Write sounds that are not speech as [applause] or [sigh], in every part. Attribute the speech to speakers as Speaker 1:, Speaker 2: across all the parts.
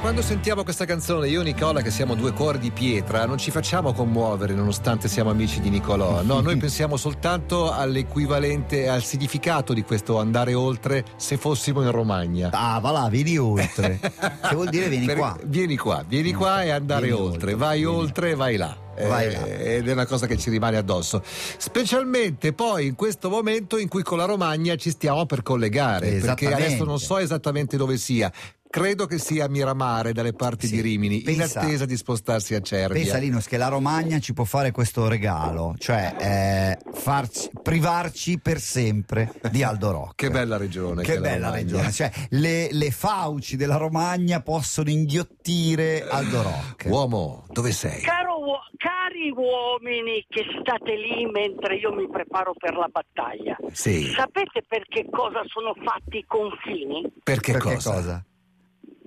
Speaker 1: Quando sentiamo questa canzone, io e Nicola, che siamo due cuori di pietra, non ci facciamo commuovere nonostante siamo amici di Nicolò. No, noi pensiamo soltanto all'equivalente, al significato di questo andare oltre se fossimo in Romagna.
Speaker 2: Ah, va là,
Speaker 1: [laughs]
Speaker 2: vieni oltre. che vuol dire vieni
Speaker 1: Per-
Speaker 2: qua. Mm.
Speaker 1: Vieni qua, vieni qua e andare
Speaker 2: Vieni
Speaker 1: oltre.
Speaker 2: oltre,
Speaker 1: Vai
Speaker 2: vieni.
Speaker 1: oltre e vai là. Eh,
Speaker 2: Vai là.
Speaker 1: Ed è una cosa che ci rimane addosso. Specialmente poi in questo momento in cui con la Romagna ci stiamo per collegare. Perché
Speaker 2: Esattamente.
Speaker 1: adesso non so esattamente dove sia. Credo che sia a Miramare, dalle parti
Speaker 2: Sì.
Speaker 1: di Rimini,
Speaker 2: Pensa-
Speaker 1: in attesa di spostarsi a Cervia.
Speaker 2: Pensa Linus che la Romagna ci può fare questo regalo, cioè eh, farci- privarci per sempre di Aldo Rock.
Speaker 1: Che bella regione. che
Speaker 2: Che
Speaker 1: è la
Speaker 2: bella
Speaker 1: Romagna.
Speaker 2: regione, cioè le, le fauci della Romagna possono inghiottire Aldo Rock.
Speaker 1: Uomo, dove sei?
Speaker 3: Caro uo- cari uomini che state lì mentre io mi preparo per la battaglia,
Speaker 1: Sì,
Speaker 3: sapete perché cosa sono fatti i confini?
Speaker 1: perché,
Speaker 2: Perché
Speaker 1: cosa?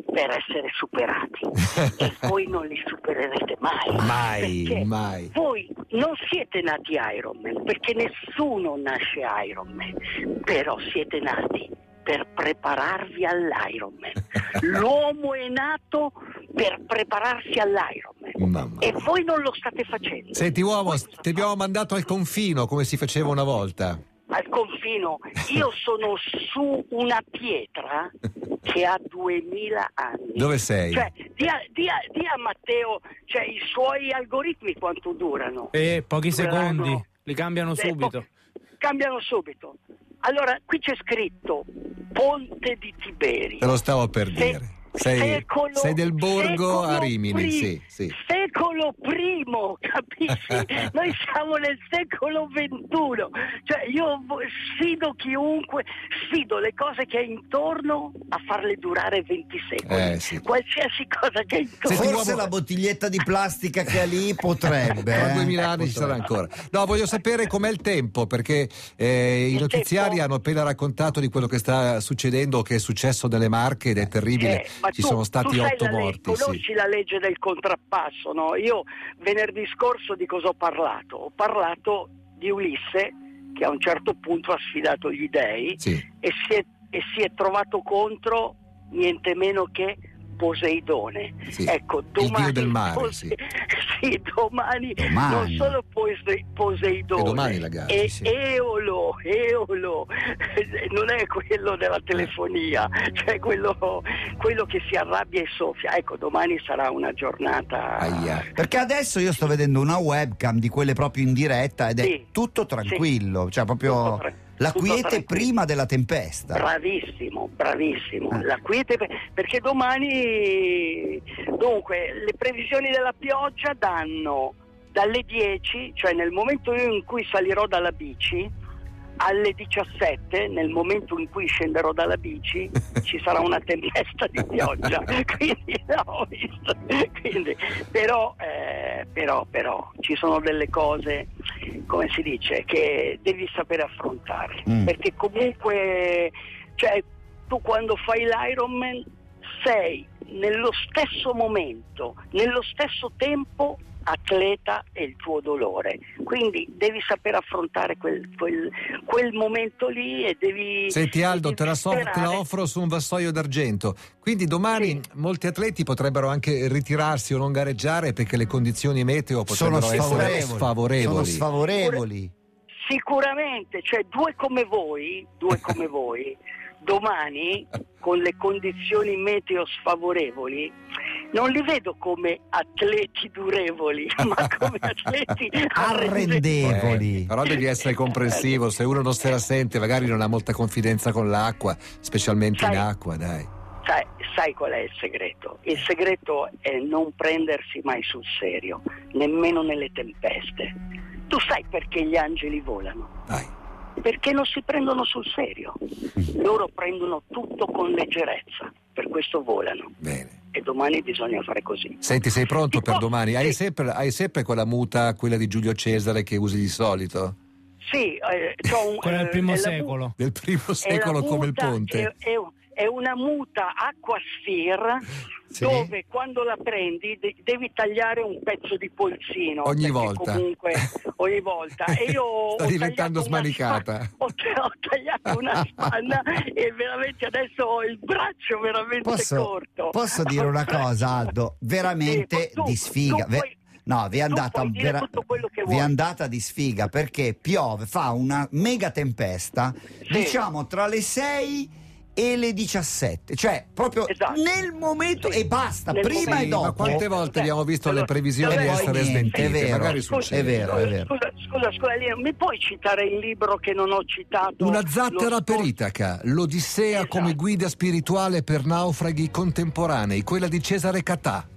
Speaker 3: Per essere superati. e voi non li supererete mai.
Speaker 1: [laughs] Mai,
Speaker 3: Perché
Speaker 1: mai.
Speaker 3: Voi non siete nati Iron Man, perché nessuno nasce Iron Man, però siete nati per prepararvi all'Iron Man. L'uomo è nato per prepararsi all'Iron
Speaker 1: [laughs]
Speaker 3: Man.
Speaker 1: Mamma.
Speaker 3: E voi non lo state facendo.
Speaker 1: Senti uomo,
Speaker 3: Voi
Speaker 1: ti abbiamo mandato al confino come si faceva una volta.
Speaker 3: al confino. Io sono su una pietra che ha 2000 anni.
Speaker 1: Dove sei?
Speaker 3: Cioè, dia, dia- dia a Matteo cioè, i suoi algoritmi quanto durano.
Speaker 4: Eh, pochi
Speaker 3: Dureranno-
Speaker 4: secondi, li cambiano
Speaker 3: Eh,
Speaker 4: subito.
Speaker 3: po- cambiano subito. Allora, qui c'è scritto Ponte di Tiberi.
Speaker 1: Te lo stavo per dire. Sei,
Speaker 3: secolo-
Speaker 1: sei del borgo
Speaker 3: secolo
Speaker 1: a Rimini,
Speaker 3: pri-
Speaker 1: sì, sì.
Speaker 3: Secolo
Speaker 1: [laughs]
Speaker 3: primo, [laughs] capisci? Noi siamo nel secolo XXI. Cioè, io vo- sfido chiunque, sfido le cose che è intorno a farle durare 20 secoli.
Speaker 1: Eh, sì.
Speaker 3: Qualsiasi cosa che è intorno.
Speaker 1: Senti,
Speaker 2: Forse
Speaker 1: uomo-
Speaker 2: la bottiglietta di plastica che ha lì potrebbe.
Speaker 1: Tra
Speaker 2: eh.
Speaker 1: 2000 anni ci sarà ancora. No, voglio sapere com'è il tempo perché eh, i
Speaker 3: Il
Speaker 1: notiziari
Speaker 3: tempo?
Speaker 1: hanno appena raccontato di quello che sta succedendo, che è successo nelle Marche ed è terribile.
Speaker 3: Eh, ma
Speaker 1: ci
Speaker 3: tu-
Speaker 1: sono
Speaker 3: tu
Speaker 1: stati
Speaker 3: sai
Speaker 1: otto
Speaker 3: la leg-
Speaker 1: morti.
Speaker 3: conosci
Speaker 1: Sì.
Speaker 3: la legge del contrappasso, no? Io venerdì scorso di cosa ho parlato? Ho parlato di Ulisse che a un certo punto ha sfidato gli dei
Speaker 1: Sì.
Speaker 3: e si è, e si è trovato contro niente meno che Poseidone.
Speaker 1: Sì.
Speaker 3: Ecco, domani,
Speaker 1: dio del mare,
Speaker 3: Pose-
Speaker 1: sì.
Speaker 3: [laughs] sì, domani,
Speaker 2: Domani.
Speaker 3: non solo Pose- Poseidone,
Speaker 1: E domani la gara,
Speaker 3: e
Speaker 1: sì.
Speaker 3: Eolo, Eolo, [laughs] non è quello della telefonia, cioè quello, quello che si arrabbia e soffia. Ecco, domani sarà una giornata.
Speaker 1: Aia.
Speaker 2: Perché adesso io sto vedendo una webcam di quelle proprio in diretta ed è
Speaker 3: Sì.
Speaker 2: tutto tranquillo, cioè proprio
Speaker 3: Tutto tra-
Speaker 2: la
Speaker 3: tutto
Speaker 2: quiete
Speaker 3: tranquillo.
Speaker 2: prima della tempesta.
Speaker 3: Bravissimo, bravissimo.
Speaker 2: Ah.
Speaker 3: La quiete pe- perché domani dunque le previsioni della pioggia danno dalle 10, cioè nel momento in cui salirò dalla bici, alle 17, nel momento in cui scenderò
Speaker 2: [laughs]
Speaker 3: dalla bici, ci sarà una tempesta di pioggia. Quindi, no, quindi, però, eh, però, però, ci sono delle cose, come si dice, che devi sapere affrontare.
Speaker 2: Mm.
Speaker 3: Perché comunque, cioè, tu quando fai l'Ironman sei nello stesso momento, nello stesso tempo atleta e il tuo dolore. Quindi devi saper affrontare quel, quel- quel momento lì e devi...
Speaker 1: Senti Aldo,
Speaker 3: devi
Speaker 1: te la, so- te la
Speaker 3: sperare.
Speaker 1: offro su un vassoio d'argento. Quindi domani
Speaker 3: Sì.
Speaker 1: molti atleti potrebbero anche ritirarsi o non gareggiare perché le condizioni meteo
Speaker 2: Sono
Speaker 1: potrebbero essere
Speaker 2: sfavorevoli. Sono
Speaker 1: sfavorevoli.
Speaker 2: sfavorevoli.
Speaker 3: Sicuramente, cioè due come voi, due come voi, domani con le condizioni meteo sfavorevoli, non li vedo come atleti durevoli, [laughs] ma come atleti
Speaker 2: Arrendevoli.
Speaker 1: Eh, però devi
Speaker 3: [laughs]
Speaker 1: essere comprensivo, se uno non se la sente magari non ha molta confidenza con l'acqua, specialmente
Speaker 3: Sai-
Speaker 1: in acqua, dai.
Speaker 3: Sai, sai qual è il segreto? Il segreto è non prendersi mai sul serio, nemmeno nelle tempeste. Tu sai perché gli angeli volano?
Speaker 1: dai.
Speaker 3: Perché non si prendono sul serio. Loro prendono tutto con leggerezza, per questo volano.
Speaker 1: Bene.
Speaker 3: E domani bisogna fare così.
Speaker 1: Senti, sei pronto
Speaker 3: Ti
Speaker 1: per
Speaker 3: po-
Speaker 1: domani? Hai
Speaker 3: sì.
Speaker 1: sempre, hai sempre quella muta, quella di Giulio Cesare che usi di solito?
Speaker 3: Sì, eh, c'ho un,
Speaker 4: Quello del
Speaker 3: eh,
Speaker 4: primo
Speaker 3: è la mu-
Speaker 4: secolo.
Speaker 1: Del primo
Speaker 3: è la
Speaker 1: secolo come il
Speaker 3: muta-
Speaker 1: ponte.
Speaker 3: È, è- è una muta acquasfir
Speaker 1: Sì.
Speaker 3: dove quando la prendi de- devi tagliare un pezzo di polsino.
Speaker 1: Ogni
Speaker 3: perché
Speaker 1: volta.
Speaker 3: Comunque, ogni volta. E
Speaker 1: [laughs]
Speaker 3: io ho
Speaker 1: Sta
Speaker 3: tagliato
Speaker 1: diventando
Speaker 3: una
Speaker 1: smanicata.
Speaker 3: spa- [laughs] ho, t- ho tagliato una spanna e veramente adesso ho il braccio veramente
Speaker 2: Posso,
Speaker 3: corto.
Speaker 2: posso dire
Speaker 3: [laughs]
Speaker 2: una cosa, Aldo? Veramente
Speaker 3: Sì, ma tu-
Speaker 2: di sfiga.
Speaker 3: tu
Speaker 2: Ve-
Speaker 3: puoi-
Speaker 2: no, vi è
Speaker 3: tu
Speaker 2: andata,
Speaker 3: puoi dire
Speaker 2: vera-
Speaker 3: tutto quello
Speaker 2: vi
Speaker 3: che
Speaker 2: è
Speaker 3: vuoi.
Speaker 2: andata di sfiga perché piove, fa una mega tempesta,
Speaker 3: Sì.
Speaker 2: diciamo tra le 6 e le 17, cioè proprio
Speaker 3: Esatto.
Speaker 2: nel momento
Speaker 3: Sì.
Speaker 2: e basta,
Speaker 3: Nel
Speaker 2: prima
Speaker 3: momento.
Speaker 2: e
Speaker 1: Sì,
Speaker 2: dopo.
Speaker 1: Ma quante volte
Speaker 3: Beh,
Speaker 1: abbiamo visto
Speaker 3: allora-
Speaker 1: le previsioni
Speaker 3: allora-
Speaker 1: essere
Speaker 2: Niente,
Speaker 1: smentite?
Speaker 2: è vero,
Speaker 1: Magari
Speaker 3: Scusa,
Speaker 1: succede.
Speaker 2: è vero, è vero.
Speaker 3: Scusa, scusa, scusa, Lina, mi puoi citare il libro che non ho citato?
Speaker 1: Una
Speaker 3: Lo
Speaker 1: zattera
Speaker 3: scorso-
Speaker 1: per Itaca, l'Odissea
Speaker 3: Esatto.
Speaker 1: come guida spirituale per naufraghi contemporanei, quella di Cesare Catà.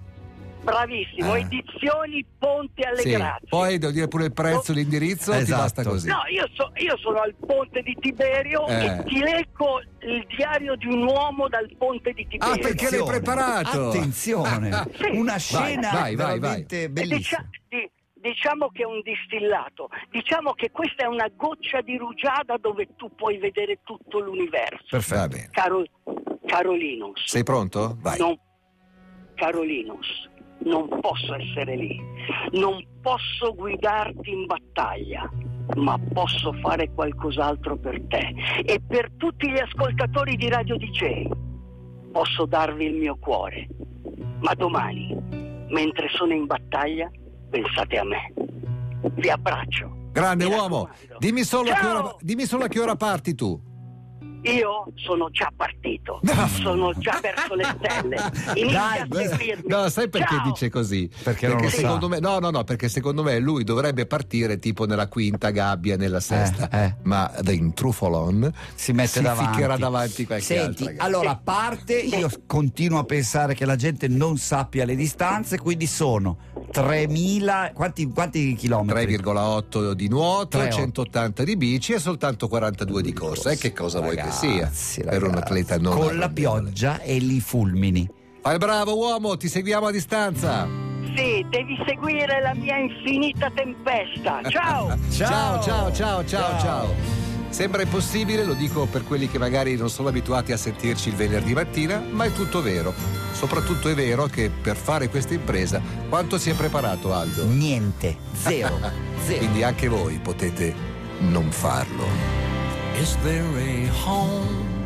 Speaker 3: Bravissimo,
Speaker 1: Ah.
Speaker 3: edizioni Ponte alle
Speaker 1: Sì,
Speaker 3: Grazie.
Speaker 1: Poi devo dire pure il prezzo,
Speaker 3: No.
Speaker 1: l'indirizzo, ti
Speaker 2: Esatto.
Speaker 1: basta così.
Speaker 3: No, io, so- io sono al ponte di Tiberio
Speaker 1: Eh.
Speaker 3: e ti leggo il diario di un uomo dal ponte di Tiberio.
Speaker 1: Ah, perché l'hai
Speaker 2: Attenzione,
Speaker 1: preparato?
Speaker 3: [laughs]
Speaker 2: Attenzione,
Speaker 3: Sì.
Speaker 2: una
Speaker 3: Vai,
Speaker 2: scena
Speaker 1: vai, vai, vai.
Speaker 2: veramente
Speaker 3: E
Speaker 2: bellissima.
Speaker 3: dicia- di- diciamo che è un distillato, diciamo che questa è una goccia di rugiada dove tu puoi vedere tutto l'universo.
Speaker 1: Perfetto. Va bene.
Speaker 3: Caro, Carolinus.
Speaker 1: Sei pronto? Vai.
Speaker 3: Non, Carolinus, non posso essere lì, non posso guidarti in battaglia, ma posso fare qualcos'altro per te e per tutti gli ascoltatori di Radio DJ. Posso darvi il mio cuore, ma domani, mentre sono in battaglia, pensate a me. Vi abbraccio.
Speaker 1: Grande
Speaker 3: Mi
Speaker 1: uomo,
Speaker 3: raccomando.
Speaker 1: dimmi solo, a che
Speaker 3: Ciao!
Speaker 1: ora, dimmi solo a che ora parti tu.
Speaker 3: Io sono già partito,
Speaker 1: [laughs] No.
Speaker 3: sono già verso le
Speaker 1: [laughs]
Speaker 3: stelle.
Speaker 2: Dai,
Speaker 3: Inizia a
Speaker 2: beh,
Speaker 3: seguirmi.
Speaker 1: No, sai perché
Speaker 3: Ciao!
Speaker 1: dice così?
Speaker 2: Perché non lo sa.
Speaker 1: secondo me, no, no, no, perché secondo me lui dovrebbe partire tipo nella quinta gabbia, nella sesta,
Speaker 2: Eh, eh.
Speaker 1: ma in Trufolon
Speaker 2: si mette
Speaker 1: si
Speaker 2: davanti.
Speaker 1: ficcherà davanti qualche
Speaker 2: Senti,
Speaker 1: altra,
Speaker 2: allora a parte io continuo a pensare che la gente non sappia le distanze, quindi sono 3000 quanti, quanti chilometri?
Speaker 1: 3,8 di nuoto,
Speaker 2: 3,8.
Speaker 1: 180 di bici e soltanto 42 di corsa. E che cosa
Speaker 2: Ragazzi,
Speaker 1: vuoi che sia per un
Speaker 2: ragazzi,
Speaker 1: atleta non
Speaker 2: con la
Speaker 1: arrendevole.
Speaker 2: pioggia e i fulmini.
Speaker 1: Fai bravo uomo, ti seguiamo a distanza.
Speaker 3: Sì, devi seguire la mia infinita tempesta.
Speaker 1: [laughs]
Speaker 3: Ciao!
Speaker 1: Ciao, ciao,
Speaker 2: Ciao.
Speaker 1: ciao, ciao, ciao.
Speaker 2: Ciao.
Speaker 1: Sembra impossibile, lo dico per quelli che magari non sono abituati a sentirci il venerdì mattina, ma è tutto vero. Soprattutto è vero che per fare questa impresa quanto si è preparato Aldo?
Speaker 2: Niente, zero,
Speaker 1: [laughs]
Speaker 2: zero.
Speaker 1: Quindi anche voi potete non farlo.
Speaker 4: Is there a home